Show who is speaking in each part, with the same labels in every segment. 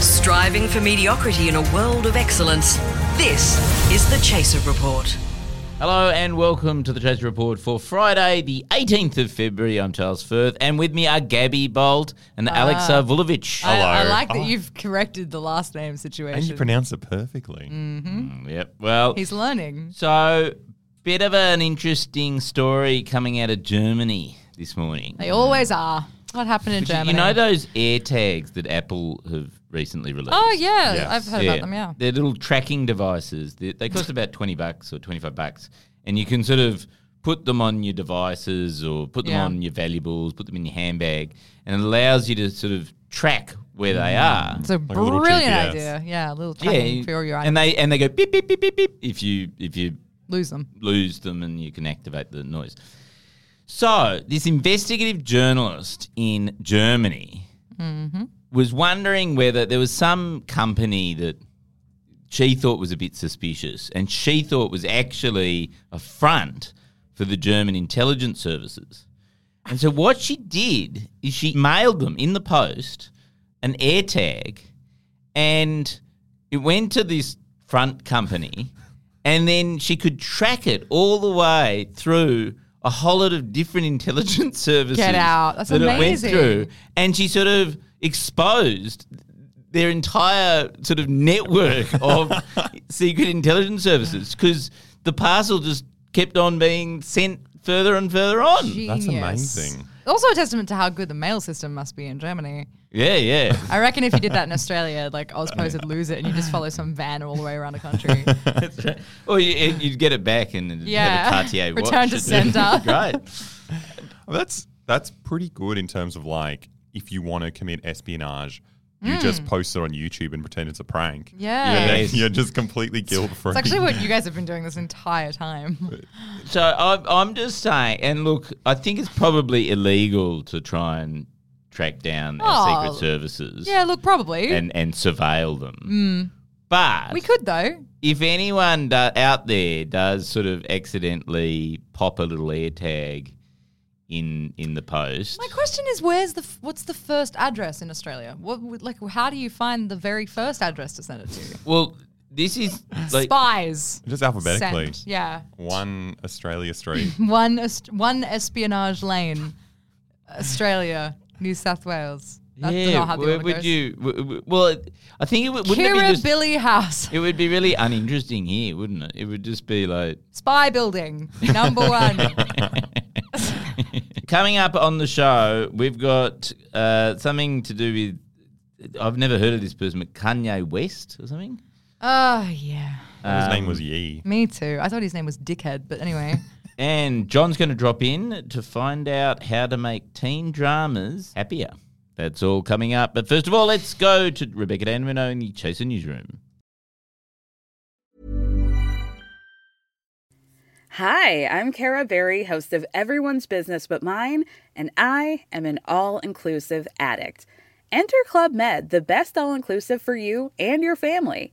Speaker 1: Striving for mediocrity in a world of excellence. This is the Chaser Report.
Speaker 2: Hello and welcome to the Chaser Report for Friday, the 18th of February. I'm Charles Firth, and with me are Gabby Bold and Alexa Vulovic.
Speaker 3: Ah. I, I
Speaker 4: Hello. Oh.
Speaker 3: like that you've corrected the last name situation.
Speaker 4: And you pronounce it perfectly.
Speaker 3: Mm-hmm.
Speaker 2: Mm, Yep. Well,
Speaker 3: He's learning.
Speaker 2: so bit of an interesting story coming out of Germany this morning.
Speaker 3: They always are. What happened in
Speaker 2: Did you-
Speaker 3: Germany?
Speaker 2: You know those air tags that Apple have recently released?
Speaker 3: Oh yeah,
Speaker 4: Yes.
Speaker 3: I've heard about them. Yeah.
Speaker 2: They're little tracking devices. They, they cost about 20 bucks or 25 bucks. And you can sort of put them on your devices or put them
Speaker 3: Yeah.
Speaker 2: on your valuables, put them in your handbag, and it allows you to sort of track where they are.
Speaker 3: Mm. It's a
Speaker 4: a little
Speaker 3: brilliant
Speaker 4: GPS.
Speaker 3: idea. Yeah, a little
Speaker 2: Yeah,
Speaker 3: tracking
Speaker 2: you-
Speaker 3: for all your
Speaker 2: and
Speaker 3: items.
Speaker 2: they and they go beep beep beep beep beep if you if you
Speaker 3: Lose them.
Speaker 2: lose them and you can activate the noise. So, this investigative journalist in Germany
Speaker 3: Mm-hmm.
Speaker 2: was wondering whether there was some company that she thought was a bit suspicious and she thought was actually a front for the German intelligence services. And so, what she did is she mailed them in the post an AirTag and it went to this front company, and then she could track it all the way through a whole lot of different intelligence services.
Speaker 3: Get out. That's
Speaker 2: that
Speaker 3: amazing.
Speaker 2: it went through, and she sort of exposed their entire sort of network of secret intelligence services because the parcel just kept on being sent further and further on.
Speaker 4: That's
Speaker 3: Genius.
Speaker 4: amazing.
Speaker 3: Also a testament to how good the mail system must be in Germany.
Speaker 2: Yeah, yeah.
Speaker 3: I reckon if you did that in Australia, like Ozpos would lose it, and you just follow some van all the way around the country.
Speaker 2: Or you, you'd get it back and it'd have a
Speaker 3: Yeah.
Speaker 2: Cartier watch.
Speaker 3: Return to sender.
Speaker 2: Great.
Speaker 4: Well, That's that's pretty good in terms of like if you want to commit espionage, you just post it on YouTube and pretend it's a prank.
Speaker 3: Hmm. Yeah.
Speaker 4: You're,
Speaker 2: Yes.
Speaker 4: you're just completely guilt free.
Speaker 3: It's actually what you guys have been doing this entire time.
Speaker 2: So I'm, I'm just saying, and look, I think it's probably illegal to try and track down our
Speaker 3: Oh,
Speaker 2: secret services
Speaker 3: Yeah, look, probably Mm.
Speaker 2: and, and surveil them. But
Speaker 3: we could though.
Speaker 2: if anyone do- out there does sort of accidentally pop a little air tag in in the post,
Speaker 3: My question is, where's the f- what's the first address in Australia? What would- like how do you find the very first address to send it to?
Speaker 2: well, this is like
Speaker 3: Spies.
Speaker 4: just alphabetically.
Speaker 3: Send. Yeah,
Speaker 4: One Australia Street.
Speaker 3: one est- one espionage lane, Australia, New South Wales. That's not how the
Speaker 2: where
Speaker 3: order
Speaker 2: would
Speaker 3: goes.
Speaker 2: you? w- w- Well, it- I think it would. Wouldn't it be
Speaker 3: Kira
Speaker 2: just,
Speaker 3: Billy House
Speaker 2: it would be really uninteresting here, wouldn't it? It would just be like
Speaker 3: spy building number one.
Speaker 2: Coming up on the show, we've got uh, something to do with. I've never heard of this person, but Kanye West or something. Um,
Speaker 3: oh yeah,
Speaker 4: His name was Yee.
Speaker 3: me too. I thought his name was Dickhead, but anyway,
Speaker 2: And John's going to drop in to find out how to make teen dramas happier. That's all coming up. But first of all, let's go to Rebecca Danwino in the Chaser Newsroom.
Speaker 5: Hi, I'm Kara Berry, host of Everyone's Business But Mine, and I am an all inclusive addict. Enter Club Med, the best all inclusive for you and your family.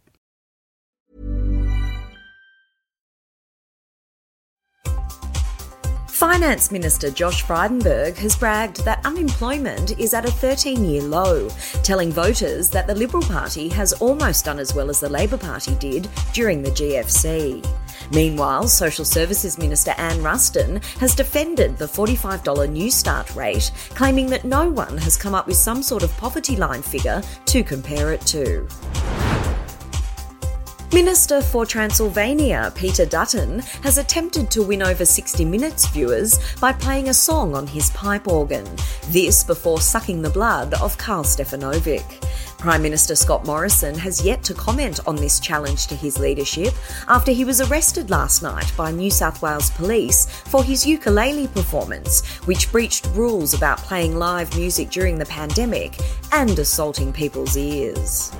Speaker 6: Finance Minister Josh Frydenberg has bragged that unemployment is at a 13 year low, telling voters that the Liberal Party has almost done as well as the Labor Party did during the GFC. Meanwhile, Social Services Minister Anne Ruston has defended the $45 New Start rate, claiming that no one has come up with some sort of poverty line figure to compare it to. Minister for Transylvania, Peter Dutton, has attempted to win over 60 Minutes viewers by playing a song on his pipe organ, this before sucking the blood of Carl Stefanovic. Prime Minister Scott Morrison has yet to comment on this challenge to his leadership after he was arrested last night by New South Wales police for his ukulele performance, which breached rules about playing live music during the pandemic and assaulting people's ears.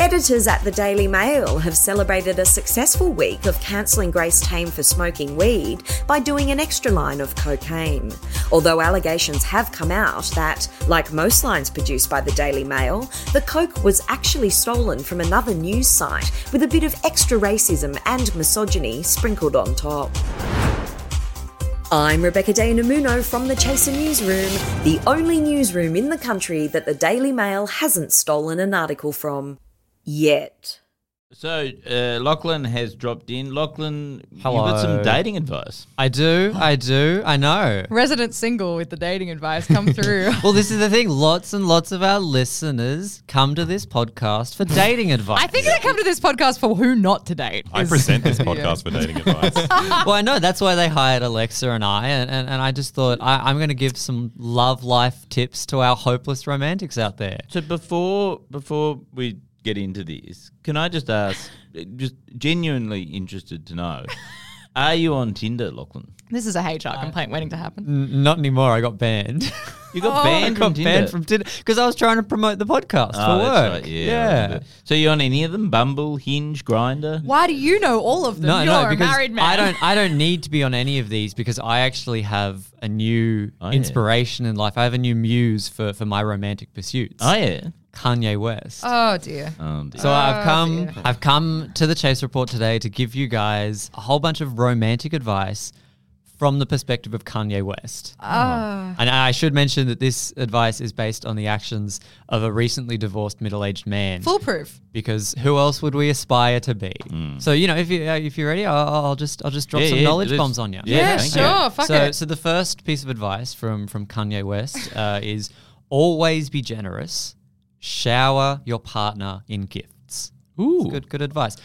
Speaker 6: Editors at the Daily Mail have celebrated a successful week of cancelling Grace Tame for smoking weed by doing an extra line of cocaine. Although allegations have come out that, like most lines produced by the Daily Mail, the coke was actually stolen from another news site with a bit of extra racism and misogyny sprinkled on top. I'm Rebecca De Namuno from the Chaser Newsroom, the only newsroom in the country that the Daily Mail hasn't stolen an article from. Yet.
Speaker 2: So uh, Lachlan has dropped in. Lachlan, you've got some
Speaker 7: Hello.
Speaker 2: dating advice.
Speaker 7: I do, I do, I know.
Speaker 3: Resident single with the dating advice come through.
Speaker 7: Well, this is the thing. Lots and lots of our listeners come to this podcast for dating advice.
Speaker 3: I think they come to this podcast for who not to date.
Speaker 4: I
Speaker 3: is-
Speaker 4: present this
Speaker 3: Yeah.
Speaker 4: podcast for dating advice.
Speaker 7: well, I know that's why they hired Alexa and I, and, and, and I just thought I, I'm going to give some love life tips to our hopeless romantics out there.
Speaker 2: So before before we get into this, can I just ask? uh, Just genuinely interested to know, are you on Tinder, Lachlan?
Speaker 3: This is a HR complaint waiting to happen.
Speaker 7: N- not anymore. I got banned. Oh,
Speaker 2: You got banned
Speaker 7: I got
Speaker 2: from Tinder.
Speaker 7: banned from Tinder because I was trying to promote the podcast
Speaker 2: Oh,
Speaker 7: for work.
Speaker 2: that's right, Yeah. I remember. So you're on any of them? Bumble, Hinge, Grinder.
Speaker 3: Why do you know all of them?
Speaker 7: No,
Speaker 3: You're
Speaker 7: no,
Speaker 3: a
Speaker 7: because
Speaker 3: married man.
Speaker 7: I don't. I don't need to be on any of these because I actually have a new
Speaker 2: Oh, yeah.
Speaker 7: inspiration in life. I have a new muse for for my romantic pursuits.
Speaker 2: Oh yeah.
Speaker 7: Kanye West.
Speaker 3: Oh dear.
Speaker 2: Um,
Speaker 7: So I've come
Speaker 3: dear.
Speaker 7: I've come to the Chase Report today to give you guys a whole bunch of romantic advice from the perspective of Kanye West.
Speaker 3: Ah.
Speaker 2: Oh.
Speaker 7: And I should mention that this advice is based on the actions of a recently divorced middle-aged man
Speaker 3: Foolproof.
Speaker 7: because who else would we aspire to be? So you know, if you uh, if you're ready, I'll, I'll just I'll just drop
Speaker 2: Mm. Yeah,
Speaker 7: some
Speaker 2: yeah,
Speaker 7: knowledge
Speaker 2: let's-
Speaker 7: bombs on you.
Speaker 2: Yeah,
Speaker 3: Yeah,
Speaker 2: thank
Speaker 3: sure.
Speaker 2: you.
Speaker 3: Fuck
Speaker 7: so
Speaker 3: it.
Speaker 7: so the first piece of advice from from Kanye West uh, is always be generous. Shower your partner in gifts.
Speaker 2: Ooh.
Speaker 7: It's good good advice.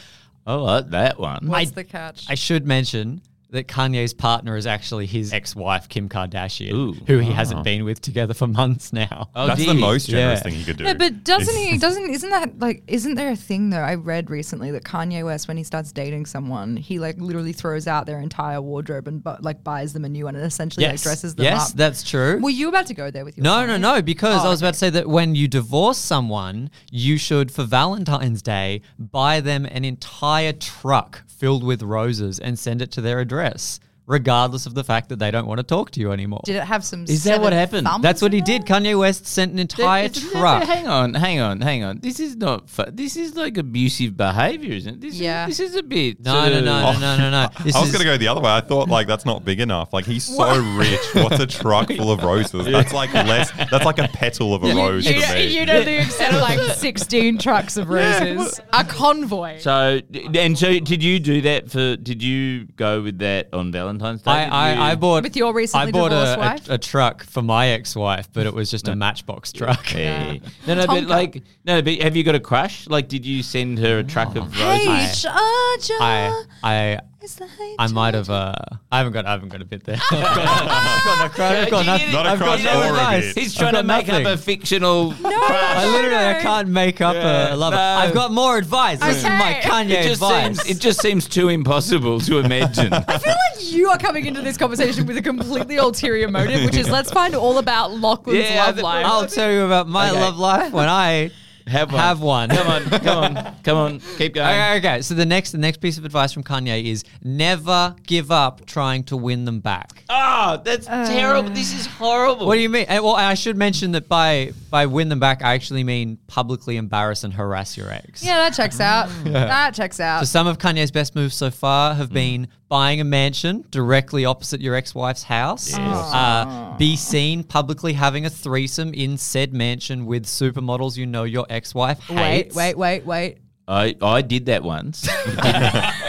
Speaker 2: I like that one.
Speaker 3: What's the catch?
Speaker 7: I should mention that Kanye's partner is actually his ex-wife Kim Kardashian,
Speaker 2: Ooh. Ah.
Speaker 7: who he hasn't been with together for months now.
Speaker 2: Oh,
Speaker 4: That's the
Speaker 2: dear.
Speaker 4: most generous
Speaker 7: Yeah.
Speaker 4: thing you could do.
Speaker 3: yeah, but doesn't
Speaker 4: is-
Speaker 3: he? Doesn't isn't that like? Isn't there a thing though? I read recently that Kanye West, when he starts dating someone, he like literally throws out their entire wardrobe and bu- like buys them a new one and essentially like dresses them
Speaker 7: yes,
Speaker 3: up.
Speaker 7: that's true.
Speaker 3: Were you about to go there with your?
Speaker 7: No, no,
Speaker 3: comment?
Speaker 7: no, because
Speaker 3: Oh,
Speaker 7: I was about to say that when you divorce someone, you should, for Valentine's Day, buy them an entire truck filled with roses and send it to their address, regardless of the fact that they don't want to talk to you anymore.
Speaker 3: Did it have some?
Speaker 2: Is that what
Speaker 3: severed
Speaker 2: happened?
Speaker 3: thumbs
Speaker 7: That's what
Speaker 3: in
Speaker 7: he
Speaker 3: it?
Speaker 7: did. Kanye West sent an entire
Speaker 2: It's- it's-
Speaker 7: truck.
Speaker 2: Hang on, hang on, hang on. This is not. Fu- this is like abusive behaviour, isn't it? This
Speaker 3: Yeah.
Speaker 2: Is, this is a bit.
Speaker 7: No, no, no,
Speaker 2: uh,
Speaker 7: no, no, no, no. This
Speaker 4: I was
Speaker 7: is-
Speaker 4: gonna go the other way. I thought like that's not big enough. Like he's so rich. What's a truck full of roses? That's like less. That's like a petal of a rose
Speaker 3: You,
Speaker 4: to me.
Speaker 3: you know, the extent of like 16 trucks of roses. A convoy.
Speaker 2: So d- and so, did you do that for? Did you go with that on Valentine's Day?
Speaker 7: I,
Speaker 2: Did you-
Speaker 7: I, I bought
Speaker 3: With your recently
Speaker 7: I bought
Speaker 3: divorced
Speaker 7: a,
Speaker 3: wife?
Speaker 7: A, a truck for my ex-wife, but it was just a matchbox truck.
Speaker 2: Hey. No, no, but
Speaker 3: Tonka.
Speaker 2: like, no, but have you got a crush? Like, did you send her a truck of roses?
Speaker 3: HR
Speaker 7: Oh. I I
Speaker 3: is the
Speaker 7: I might have. Uh, I haven't got. I haven't got a bit there. I've got, I've got no crush. I've got
Speaker 2: Did you
Speaker 7: nothing.
Speaker 2: get it? Not a
Speaker 7: I've got
Speaker 4: crush
Speaker 7: no
Speaker 4: or a
Speaker 7: advice.
Speaker 4: bit.
Speaker 2: He's
Speaker 7: I've
Speaker 2: trying to
Speaker 7: got
Speaker 2: make
Speaker 7: nothing.
Speaker 2: up a fictional.
Speaker 7: I literally I
Speaker 3: no.
Speaker 7: can't make up
Speaker 2: Yeah,
Speaker 7: a, a lover.
Speaker 2: no.
Speaker 7: I've got more advice. This is my
Speaker 3: Okay.
Speaker 7: Kanye
Speaker 2: It just
Speaker 7: advice.
Speaker 2: seems. It just seems too impossible to imagine.
Speaker 3: I feel like you are coming into this conversation with a completely ulterior motive, which is let's find all about Lachlan's
Speaker 2: Yeah, I
Speaker 3: love
Speaker 2: think-
Speaker 3: life.
Speaker 7: I'll tell you about my
Speaker 2: Okay.
Speaker 7: love life when I
Speaker 2: Have one.
Speaker 7: have one.
Speaker 2: Come on, come on, come on. Keep going.
Speaker 7: Okay, okay. So the next, the next piece of advice from Kanye is never give up trying to win them back.
Speaker 2: Oh, that's
Speaker 3: Uh.
Speaker 2: terrible. This is horrible.
Speaker 7: What do you mean? And, well, I should mention that by by win them back, I actually mean publicly embarrass and harass your ex.
Speaker 3: yeah, that checks out. That checks out.
Speaker 7: So some of Kanye's best moves so far
Speaker 2: Mm.
Speaker 7: have been buying a mansion directly opposite your ex-wife's house, uh, be seen publicly having a threesome in said mansion with supermodels you know your ex-wife
Speaker 3: wait,
Speaker 7: hates.
Speaker 3: wait, wait, wait.
Speaker 2: I, I did that once.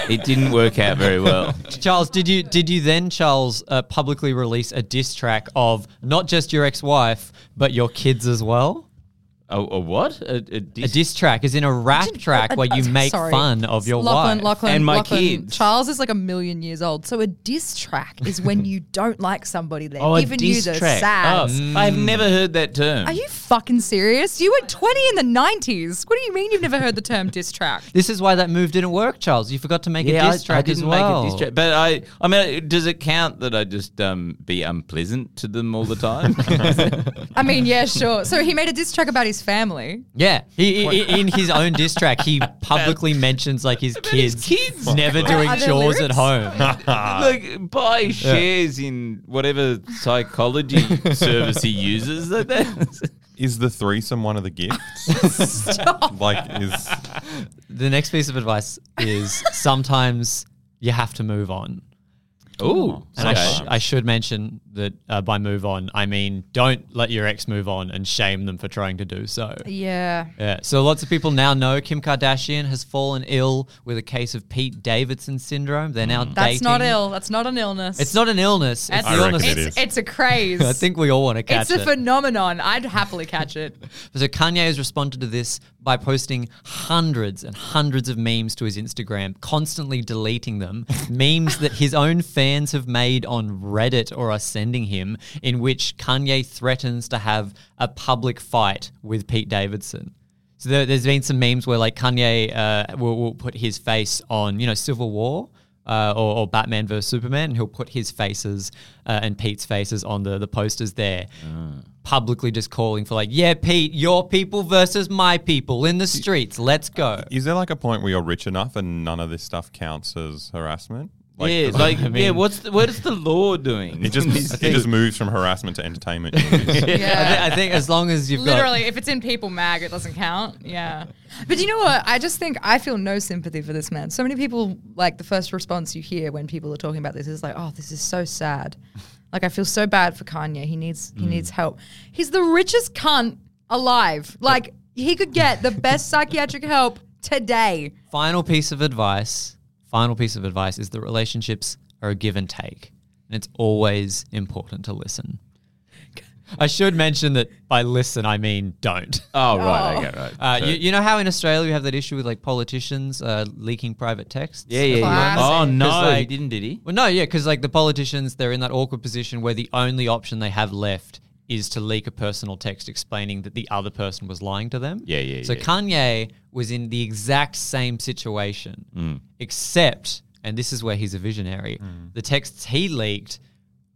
Speaker 2: it didn't work out very well.
Speaker 7: Charles, did you did you then Charles uh, publicly release a diss track of not just your ex-wife but your kids as well?
Speaker 2: A, a what? A, a
Speaker 7: A
Speaker 2: dis-
Speaker 7: diss track is in a rap track where you make
Speaker 3: uh, Sorry.
Speaker 7: fun of your
Speaker 3: Lachlan,
Speaker 7: wife.
Speaker 3: Lachlan,
Speaker 2: And my
Speaker 3: Lachlan.
Speaker 2: kids.
Speaker 3: Charles is like a million years old. So a diss track is when you don't like somebody. They're
Speaker 2: oh, a
Speaker 3: giving you
Speaker 2: diss
Speaker 3: the
Speaker 2: track.
Speaker 3: sass.
Speaker 7: Mm.
Speaker 2: Oh, I've Oh, never heard that term.
Speaker 3: Are you fucking serious? You were 20 in the 90s. What do you mean you've never heard the term diss track?
Speaker 7: This is why that move didn't work, Charles. You forgot to make
Speaker 2: yeah,
Speaker 7: a diss
Speaker 2: I, I
Speaker 7: track
Speaker 2: didn't
Speaker 7: as well.
Speaker 2: make a diss track, but I, I mean, does it count that I just um, be unpleasant to them all the time?
Speaker 3: I mean, yeah, sure. So he made a diss track about his family.
Speaker 7: Yeah, he, he- in his own diss track, he publicly mentions like his
Speaker 2: his
Speaker 7: kids,
Speaker 2: kids.
Speaker 7: never
Speaker 3: Are
Speaker 7: doing
Speaker 3: there
Speaker 7: chores
Speaker 3: lyrics?
Speaker 7: at home.
Speaker 4: Ah.
Speaker 2: like buy shares in whatever psychology service he uses. Like that.
Speaker 4: Is the threesome one of the gifts? Like, is
Speaker 7: the next piece of advice is sometimes you have to move on.
Speaker 2: Ooh,
Speaker 7: And I, sh- I should mention that uh, by move on, I mean don't let your ex move on and shame them for trying to do so.
Speaker 3: Yeah.
Speaker 7: Yeah. So lots of people now know Kim Kardashian has fallen ill with a case of Pete Davidson syndrome. They're now dating.
Speaker 3: Mm. That's not ill. That's not an illness.
Speaker 7: It's not an illness. It's
Speaker 3: That's-
Speaker 7: the
Speaker 4: I reckon
Speaker 7: illness.
Speaker 4: it
Speaker 3: It's,
Speaker 4: is.
Speaker 3: it's a craze.
Speaker 7: I think we all want to catch
Speaker 3: it's a
Speaker 7: it.
Speaker 3: phenomenon. I'd happily catch it.
Speaker 7: So Kanye has responded to this by posting hundreds and hundreds of memes to his Instagram, constantly deleting them. memes that his own fans have made on Reddit or are sending him, in which Kanye threatens to have a public fight with Pete Davidson. So there, there's been some memes where like Kanye uh, will, will put his face on, you know, Civil War. Uh, or, or Batman versus Superman, and he'll put his faces uh, and Pete's faces on the, the posters there publicly just calling for like, yeah, Pete, your people versus my people in the streets. Let's go.
Speaker 4: is there like a point where you're rich enough and none of this stuff counts as harassment? Like,
Speaker 2: yeah,
Speaker 4: does it-
Speaker 2: like yeah. What's the, what is the law doing?
Speaker 4: it just it just moves from harassment to entertainment. news.
Speaker 7: I, thi- I think as long as you've
Speaker 3: Literally, if it's in People Mag, it doesn't count. Yeah. But you know what? I just think I feel no sympathy for this man. So many people, like, the first response you hear when people are talking about this is like, oh, this is so sad. Like, I feel so bad for Kanye. He needs,
Speaker 7: Mm.
Speaker 3: he needs help. He's the richest cunt alive. Like, he could get the best psychiatric help today.
Speaker 7: got final piece of advice, final piece of advice is that relationships are a give and take, and it's always important to listen. I should mention that by listen I mean don't.
Speaker 2: oh right, okay, right.
Speaker 7: Uh, you, you know how in Australia we have that issue with like politicians uh, leaking private texts.
Speaker 2: yeah, yeah, yeah.
Speaker 3: Classic.
Speaker 2: Oh no,
Speaker 7: Because, like-
Speaker 2: he didn't, did he?
Speaker 7: Well, no, yeah, because like the politicians, they're in that awkward position where the only option they have left is to leak a personal text explaining that the other person was lying to them.
Speaker 2: Yeah, yeah,
Speaker 7: So
Speaker 2: yeah.
Speaker 7: Kanye was in the exact same situation,
Speaker 2: Mm.
Speaker 7: except, and this is where he's a visionary. The texts he leaked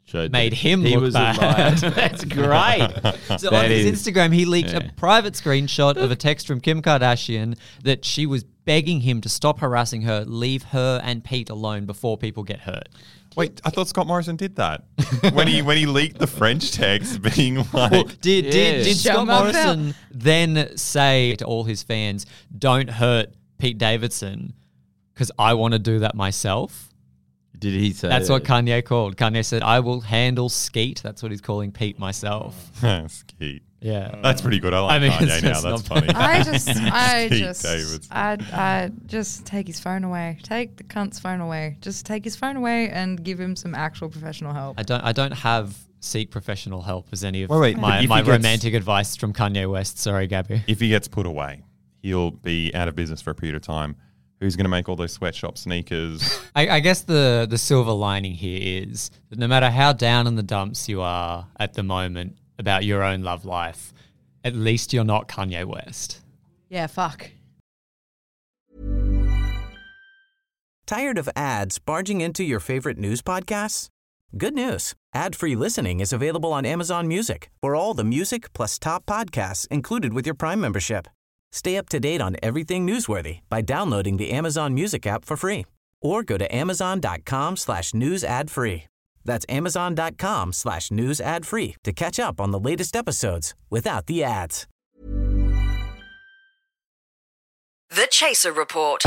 Speaker 2: Showed
Speaker 7: made
Speaker 2: that
Speaker 7: him
Speaker 2: he
Speaker 7: look
Speaker 2: was
Speaker 7: bad.
Speaker 2: A liar. That's great.
Speaker 7: So
Speaker 2: That
Speaker 7: on his
Speaker 2: is-
Speaker 7: Instagram, he leaked
Speaker 2: yeah.
Speaker 7: a private screenshot of a text from Kim Kardashian that she was begging him to stop harassing her, leave her and Pete alone before people get hurt.
Speaker 4: Wait, I thought Scott Morrison did that when he when he leaked the French text, being like,
Speaker 7: Well, did
Speaker 2: Yeah.
Speaker 7: did, did
Speaker 3: Shut
Speaker 7: Scott
Speaker 3: my
Speaker 7: Morrison then say to all his fans, "Don't hurt Pete Davidson," because I want to do that myself.
Speaker 2: Did he say?
Speaker 7: That's what
Speaker 2: that?
Speaker 7: Kanye called. Kanye said, "I will handle Skeet." That's what he's calling Pete myself.
Speaker 4: That's cute.
Speaker 7: Yeah.
Speaker 4: That's pretty good. I like
Speaker 7: I mean,
Speaker 4: Kanye
Speaker 7: it's-
Speaker 4: now.
Speaker 7: it's
Speaker 4: That's
Speaker 7: not
Speaker 4: funny.
Speaker 3: I just, I
Speaker 4: Pete
Speaker 3: just,
Speaker 4: Davidson.
Speaker 3: I, I just take his phone away. Take the cunt's phone away. Just take his phone away and give him some actual professional help.
Speaker 7: I don't. I don't have seek professional help as any of
Speaker 4: Wait, wait, but
Speaker 7: my,
Speaker 4: if
Speaker 7: my
Speaker 4: he gets-
Speaker 7: romantic advice from Kanye West. Sorry, Gabby.
Speaker 4: if he gets put away, he'll be out of business for a period of time. Who's going to make all those sweatshop sneakers?
Speaker 7: I, I guess the the silver lining here is that no matter how down in the dumps you are at the moment about your own love life, at least you're not Kanye West.
Speaker 3: Yeah, fuck.
Speaker 8: Tired of ads barging into your favorite news podcasts? Good news. Ad-free listening is available on Amazon Music. For all the music plus top podcasts included with your Prime membership. Stay up to date on everything newsworthy by downloading the Amazon Music app for free or go to amazon.com slash news ad free. That's amazon.com slash news ad free to catch up on the latest episodes without the ads.
Speaker 1: The Chaser Report.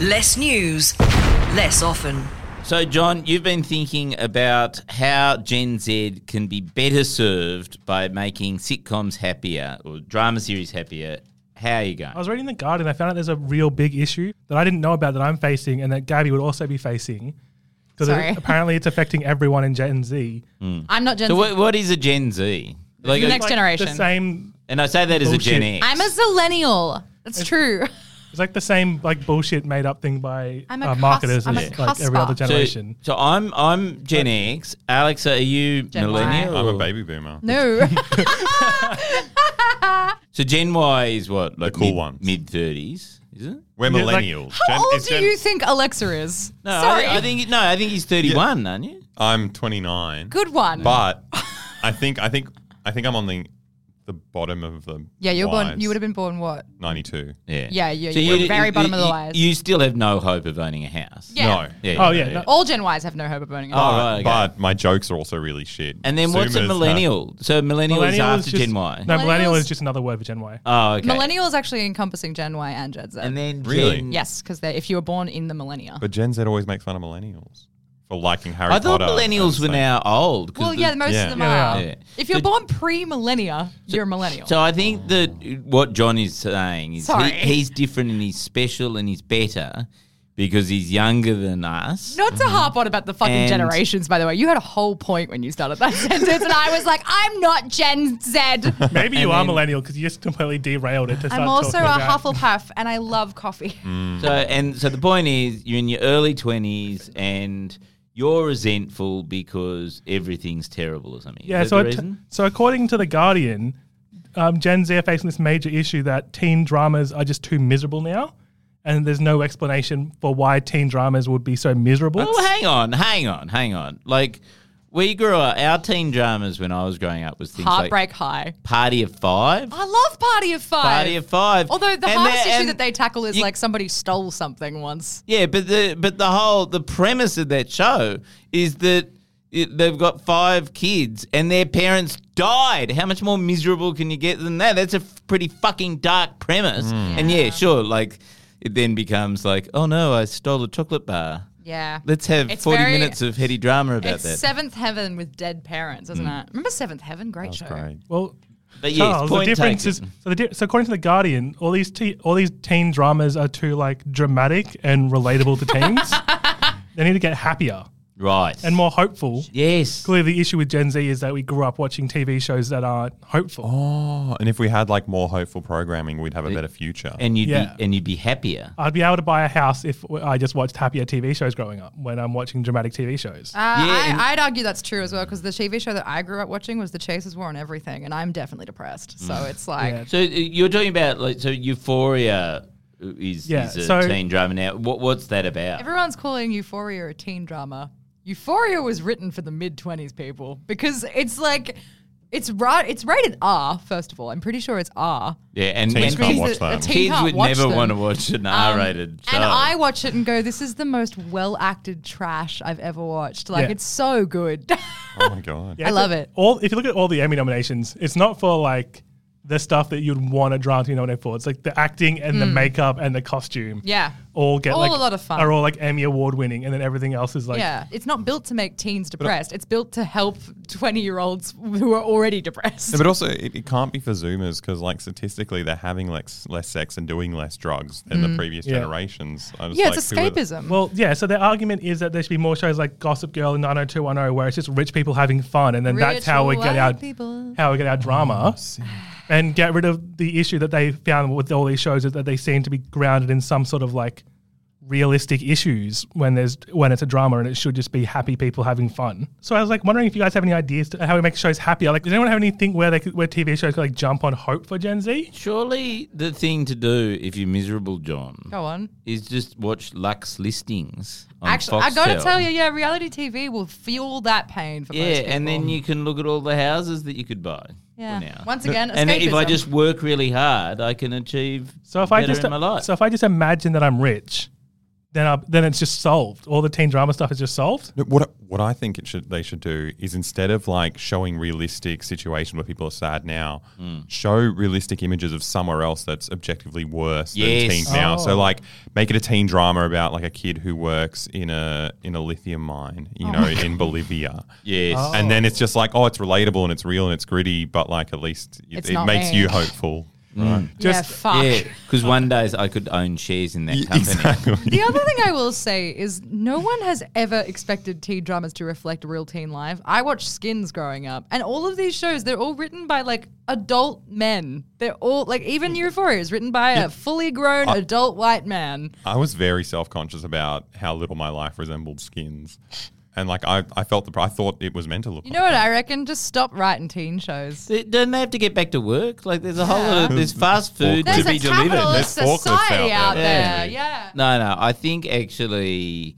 Speaker 1: Less news, less often.
Speaker 2: So, John, you've been thinking about how Gen Z can be better served by making sitcoms happier or drama series happier. How are you going?
Speaker 9: I was reading The Guardian. I found out there's a real big issue that I didn't know about that I'm facing and that Gabby would also be facing. Because
Speaker 3: Sorry.
Speaker 9: apparently it's affecting everyone in Gen Z.
Speaker 2: Mm.
Speaker 3: I'm not Gen
Speaker 2: so,
Speaker 3: Z.
Speaker 2: what, what is a Gen Z? Like,
Speaker 3: The next generation.
Speaker 9: The same.
Speaker 2: and I say that as a Gen
Speaker 9: Bullshit.
Speaker 2: X.
Speaker 3: I'm a zillennial. That's true.
Speaker 9: It's like the same like bullshit made up thing by
Speaker 3: I'm a
Speaker 9: uh, marketers
Speaker 3: cus- I'm
Speaker 9: as
Speaker 3: a
Speaker 9: like every other
Speaker 3: cusper. So-
Speaker 2: so,
Speaker 9: generation.
Speaker 2: so I'm I'm Gen X. Alexa, are you
Speaker 3: Gen Y.
Speaker 2: millennial?
Speaker 4: I'm a
Speaker 2: or-
Speaker 4: baby boomer.
Speaker 3: No.
Speaker 2: So Gen Y is what? Like
Speaker 4: cool
Speaker 2: mid,
Speaker 4: ones.
Speaker 2: Mid 30s, is it?
Speaker 4: We're
Speaker 9: Yeah, like-
Speaker 4: millennials. Gen-
Speaker 3: How old
Speaker 4: it's
Speaker 3: do
Speaker 4: Gen-
Speaker 3: you think Alexa is?
Speaker 2: No,
Speaker 3: Sorry.
Speaker 2: I, I think no, I think he's 31, aren't you?
Speaker 4: I'm 29.
Speaker 3: Good one.
Speaker 4: But I think I think I think I'm on the the bottom of the
Speaker 3: yeah, you were born,
Speaker 4: wise.
Speaker 3: you would have been born what?
Speaker 4: 92.
Speaker 2: Yeah.
Speaker 3: Yeah, yeah, you were very bottom of the
Speaker 2: you-
Speaker 3: wise.
Speaker 2: You still have no hope of owning a house.
Speaker 3: Yeah.
Speaker 4: No.
Speaker 9: Oh, yeah, no.
Speaker 3: All Gen Ys have no hope of burning it.
Speaker 2: Oh, right, okay.
Speaker 4: But my jokes are also really shit.
Speaker 2: And then what's
Speaker 4: Zoomers,
Speaker 2: a
Speaker 4: huh?
Speaker 2: millennial? So millennial, is
Speaker 9: Millennial is
Speaker 2: after
Speaker 9: just-
Speaker 2: Gen Y.
Speaker 9: No, millennial
Speaker 3: Millennials-
Speaker 9: is just another word for Gen Y.
Speaker 2: Oh, okay.
Speaker 3: Millennial is actually encompassing Gen Y and Gen Z.
Speaker 2: And then
Speaker 4: Really?
Speaker 2: Gen-
Speaker 3: yes, because if you were born in the millennia.
Speaker 4: But Gen Z always makes fun of millennials for liking Harry
Speaker 2: I thought
Speaker 4: Potter.
Speaker 2: millennials
Speaker 4: and
Speaker 2: were
Speaker 4: stuff.
Speaker 2: now old. 'cause
Speaker 3: Well,
Speaker 2: the-
Speaker 3: yeah, most
Speaker 4: yeah.
Speaker 3: of them
Speaker 9: Yeah,
Speaker 3: are.
Speaker 9: they
Speaker 2: are. Yeah.
Speaker 3: If you're
Speaker 2: So-
Speaker 3: born pre-millennia, you're a millennial.
Speaker 2: So I think that what John is saying is he,
Speaker 3: Sorry.
Speaker 2: he's different and he's special and he's better because he's younger than us.
Speaker 3: Not to
Speaker 9: Mm.
Speaker 3: harp on about the fucking
Speaker 2: Mhm. And-
Speaker 3: generations, by the way. You had a whole point when you started that sentence, and I was like, I'm not Gen Z. I'm
Speaker 9: Maybe you are
Speaker 2: then-
Speaker 9: millennial because you just completely derailed it to start
Speaker 3: also
Speaker 9: talking
Speaker 3: a
Speaker 9: about-
Speaker 3: Hufflepuff, and I love coffee.
Speaker 4: Mm.
Speaker 2: So and so the point is you're in your early twenties and you're resentful because everything's terrible or something. Is
Speaker 9: Yeah,
Speaker 2: that
Speaker 9: so
Speaker 2: the
Speaker 9: it-
Speaker 2: reason?
Speaker 9: so according to the Guardian, um, Gen Z are facing this major issue that teen dramas are just too miserable now, and there's no explanation for why teen dramas would be so miserable.
Speaker 2: Well, hang on, hang on, hang on. Like we grew up, our teen dramas when I was growing up was things
Speaker 3: Heartbreak
Speaker 2: like
Speaker 3: High.
Speaker 2: Party of Five.
Speaker 3: I love Party of Five.
Speaker 2: Party of Five.
Speaker 3: Although the
Speaker 2: And
Speaker 3: hardest
Speaker 2: the-
Speaker 3: issue
Speaker 2: and
Speaker 3: that they tackle is
Speaker 2: you-
Speaker 3: like somebody stole something once.
Speaker 2: Yeah, but the but the whole the premise of that show is that it, they've got five kids and their parents died. How much more miserable can you get than that? That's a f- pretty fucking dark
Speaker 3: Hmm.
Speaker 2: premise. And yeah, sure, like it then becomes like, oh no, I stole a chocolate bar.
Speaker 3: Yeah.
Speaker 2: Let's have
Speaker 3: It's
Speaker 2: forty
Speaker 3: very-
Speaker 2: minutes of heady drama about
Speaker 3: It's
Speaker 2: that. Mm.
Speaker 3: Seventh Heaven with dead parents, isn't it? Remember Seventh Heaven? Great show.
Speaker 4: Great.
Speaker 9: Well,
Speaker 2: but yes,
Speaker 9: Charles,
Speaker 2: point
Speaker 9: the difference
Speaker 2: taken.
Speaker 9: is so, the di- so according to the Guardian, all these te- all these teen dramas are too like dramatic and relatable to teens. they need to get happier
Speaker 2: right
Speaker 9: and more hopeful.
Speaker 2: Yes,
Speaker 9: Clearly, the issue with Gen Z is that we grew up watching TV shows that aren't hopeful.
Speaker 4: Oh, and if we had like more hopeful programming, we'd have a better future.
Speaker 2: and you'd
Speaker 9: Yeah.
Speaker 2: be and you'd be happier.
Speaker 9: I'd be able to buy a house if w- I just watched happier TV shows growing up when I'm watching dramatic TV shows.
Speaker 3: Uh,
Speaker 2: Yeah, and-
Speaker 3: I, I'd argue that's true as well because the TV show that I grew up watching was The Chasers War on Everything, and I'm definitely depressed. So it's like,
Speaker 2: So uh, you're talking about like so Euphoria is,
Speaker 9: Yeah,
Speaker 2: is a
Speaker 9: so-
Speaker 2: teen drama now. What what's that about?
Speaker 3: everyone's calling Euphoria a teen drama. Euphoria was written for the mid 20s people because it's like, it's, ra- it's rated R, first of all. I'm pretty sure it's R.
Speaker 2: Yeah, and
Speaker 4: Teens
Speaker 2: and
Speaker 4: can't
Speaker 2: kids,
Speaker 4: watch
Speaker 3: that a
Speaker 4: them.
Speaker 3: teen
Speaker 2: kids
Speaker 3: can't
Speaker 2: would
Speaker 3: watch
Speaker 2: never
Speaker 3: them.
Speaker 2: want to watch an
Speaker 3: Um,
Speaker 2: R-rated show.
Speaker 3: And I watch it and go, this is the most well acted trash I've ever watched. Like,
Speaker 9: Yeah.
Speaker 3: it's so good.
Speaker 4: oh my god.
Speaker 9: Yeah,
Speaker 3: I
Speaker 9: if
Speaker 3: love it.
Speaker 9: All if you look at all the Emmy nominations, it's not for like the stuff that you'd want a drama to be nominated for. It's like the acting and the makeup and the costume.
Speaker 3: Mm. yeah.
Speaker 9: All get
Speaker 3: All
Speaker 9: like
Speaker 3: a lot of fun.
Speaker 9: Are all like Emmy award winning, and then everything else is like
Speaker 3: yeah, it's not built to make teens depressed. It's built to help twenty-year-olds who are already depressed.
Speaker 4: Yeah, but also, it, it can't be for Zoomers because, like, statistically, they're having less, less sex and doing less drugs than the previous
Speaker 9: Mm, Yeah.
Speaker 4: generations. I just
Speaker 3: yeah,
Speaker 4: like,
Speaker 3: it's
Speaker 4: who are the-
Speaker 3: escapism.
Speaker 9: Well, yeah. So their argument is that there should be more shows like Gossip Girl and 90210, where it's just rich people having fun, and then that's how we
Speaker 3: Rich
Speaker 9: get
Speaker 3: white
Speaker 9: our
Speaker 3: people.
Speaker 9: how we get our
Speaker 4: Oh,
Speaker 9: drama, and get rid of the issue that they found with all these shows is that they seem to be grounded in some sort of like realistic issues when there's when it's a drama and it should just be happy people having fun. So I was like wondering if you guys have any ideas to how we make shows happier. Like, does anyone have anything where they could, where TV shows could like jump on hope for Gen Z?
Speaker 2: Surely the thing to do if you're miserable, John,
Speaker 3: Go on.
Speaker 2: is just watch Lux listings on
Speaker 3: Actually, I gotta
Speaker 2: Foxtel.
Speaker 3: tell you, yeah, reality TV will fuel that pain for
Speaker 2: Yeah,
Speaker 3: most people.
Speaker 2: and then you can look at all the houses that you could buy. for
Speaker 3: yeah.
Speaker 2: now.
Speaker 3: Once again,
Speaker 2: and if I
Speaker 3: escapism.
Speaker 2: just work really hard, I can achieve
Speaker 9: So if I
Speaker 2: better
Speaker 9: just
Speaker 2: in my life.
Speaker 9: so if I just imagine that I'm rich, then I, then it's just solved. All the teen drama stuff is just solved.
Speaker 4: No, What what I think it should they should do is instead of like showing realistic situation where people are sad now,
Speaker 2: Hmm.
Speaker 4: show realistic images of somewhere else that's objectively worse
Speaker 2: Yes.
Speaker 4: than teens now.
Speaker 9: Oh.
Speaker 4: So like make it a teen drama about like a kid who works in a in a lithium mine,
Speaker 3: Oh
Speaker 4: you know, in Bolivia.
Speaker 2: yes.
Speaker 4: And then it's just like, oh, it's relatable and it's real and it's gritty, but like at least
Speaker 3: It's
Speaker 4: it, it
Speaker 3: not
Speaker 4: makes
Speaker 3: me.
Speaker 4: you hopeful.
Speaker 2: Hmm.
Speaker 4: Right.
Speaker 9: Just-
Speaker 3: yeah, fuck.
Speaker 2: Yeah, because one day I could own shares in that company.
Speaker 3: The other thing I will say is no one has ever expected teen dramas to reflect real teen life. I watched Skins growing up, and all of these shows, they're all written by like adult men. They're all like, even Euphoria is written by a fully grown adult white man.
Speaker 4: I was very self conscious about how little my life resembled skins. And like I, I felt the pr- I thought it was meant to look.
Speaker 3: You know what I reckon? Just stop writing teen shows.
Speaker 2: They- Don't they have to get back to work? Like, there's a whole lot of there's fast food
Speaker 3: There's
Speaker 2: to
Speaker 3: a
Speaker 2: be delivered.
Speaker 3: capitalist
Speaker 4: There's forklifts
Speaker 3: society out
Speaker 4: out
Speaker 3: there.
Speaker 4: there.
Speaker 2: Yeah.
Speaker 3: Yeah.
Speaker 2: No, no. I think actually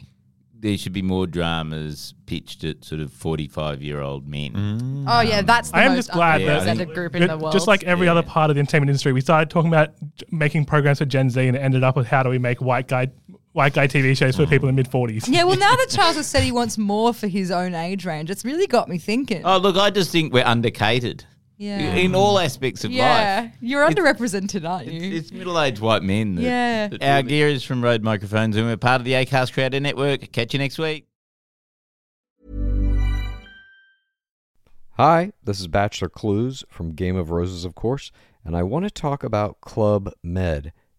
Speaker 2: there should be more dramas pitched at sort of 45 year old men.
Speaker 3: Oh yeah, that's the
Speaker 9: I am
Speaker 3: most
Speaker 9: just glad that-
Speaker 3: underrepresented group in
Speaker 9: It-
Speaker 3: the world.
Speaker 9: Just like every
Speaker 2: Yeah.
Speaker 9: other part of the entertainment industry, we started talking about j- making programs for Gen Z, and it ended up with how do we make white guy white guy TV shows
Speaker 2: Mm.
Speaker 9: for people in mid forties.
Speaker 3: yeah, well, now that Charles has said he wants more for his own age range, it's really got me thinking.
Speaker 2: Oh, look, I just think we're undercated
Speaker 3: yeah,
Speaker 2: in all aspects of
Speaker 3: yeah,
Speaker 2: life.
Speaker 3: you're
Speaker 2: It's-
Speaker 3: underrepresented, aren't you?
Speaker 2: It's, it's middle aged white men. That,
Speaker 3: Yeah.
Speaker 2: that Our gear is from Road Microphones, and we're part of the ACAST Creator Network. Catch you next week.
Speaker 10: Hi, this is Bachelor Clues from Game of Roses, of course, and I want to talk about Club Med.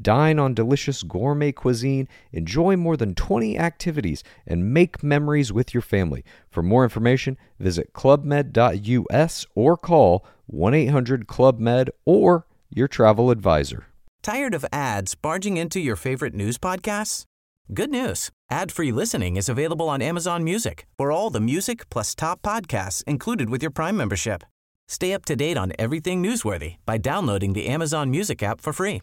Speaker 10: Dine on delicious gourmet cuisine, enjoy more than 20 activities, and make memories with your family. For more information, visit clubmed.us or call 1 800 Club Med or your travel advisor.
Speaker 8: Tired of ads barging into your favorite news podcasts? Good news. Ad-free listening is available on Amazon Music. For all the music plus top podcasts included with your Prime membership. Stay up to date on everything newsworthy by downloading the Amazon Music app for free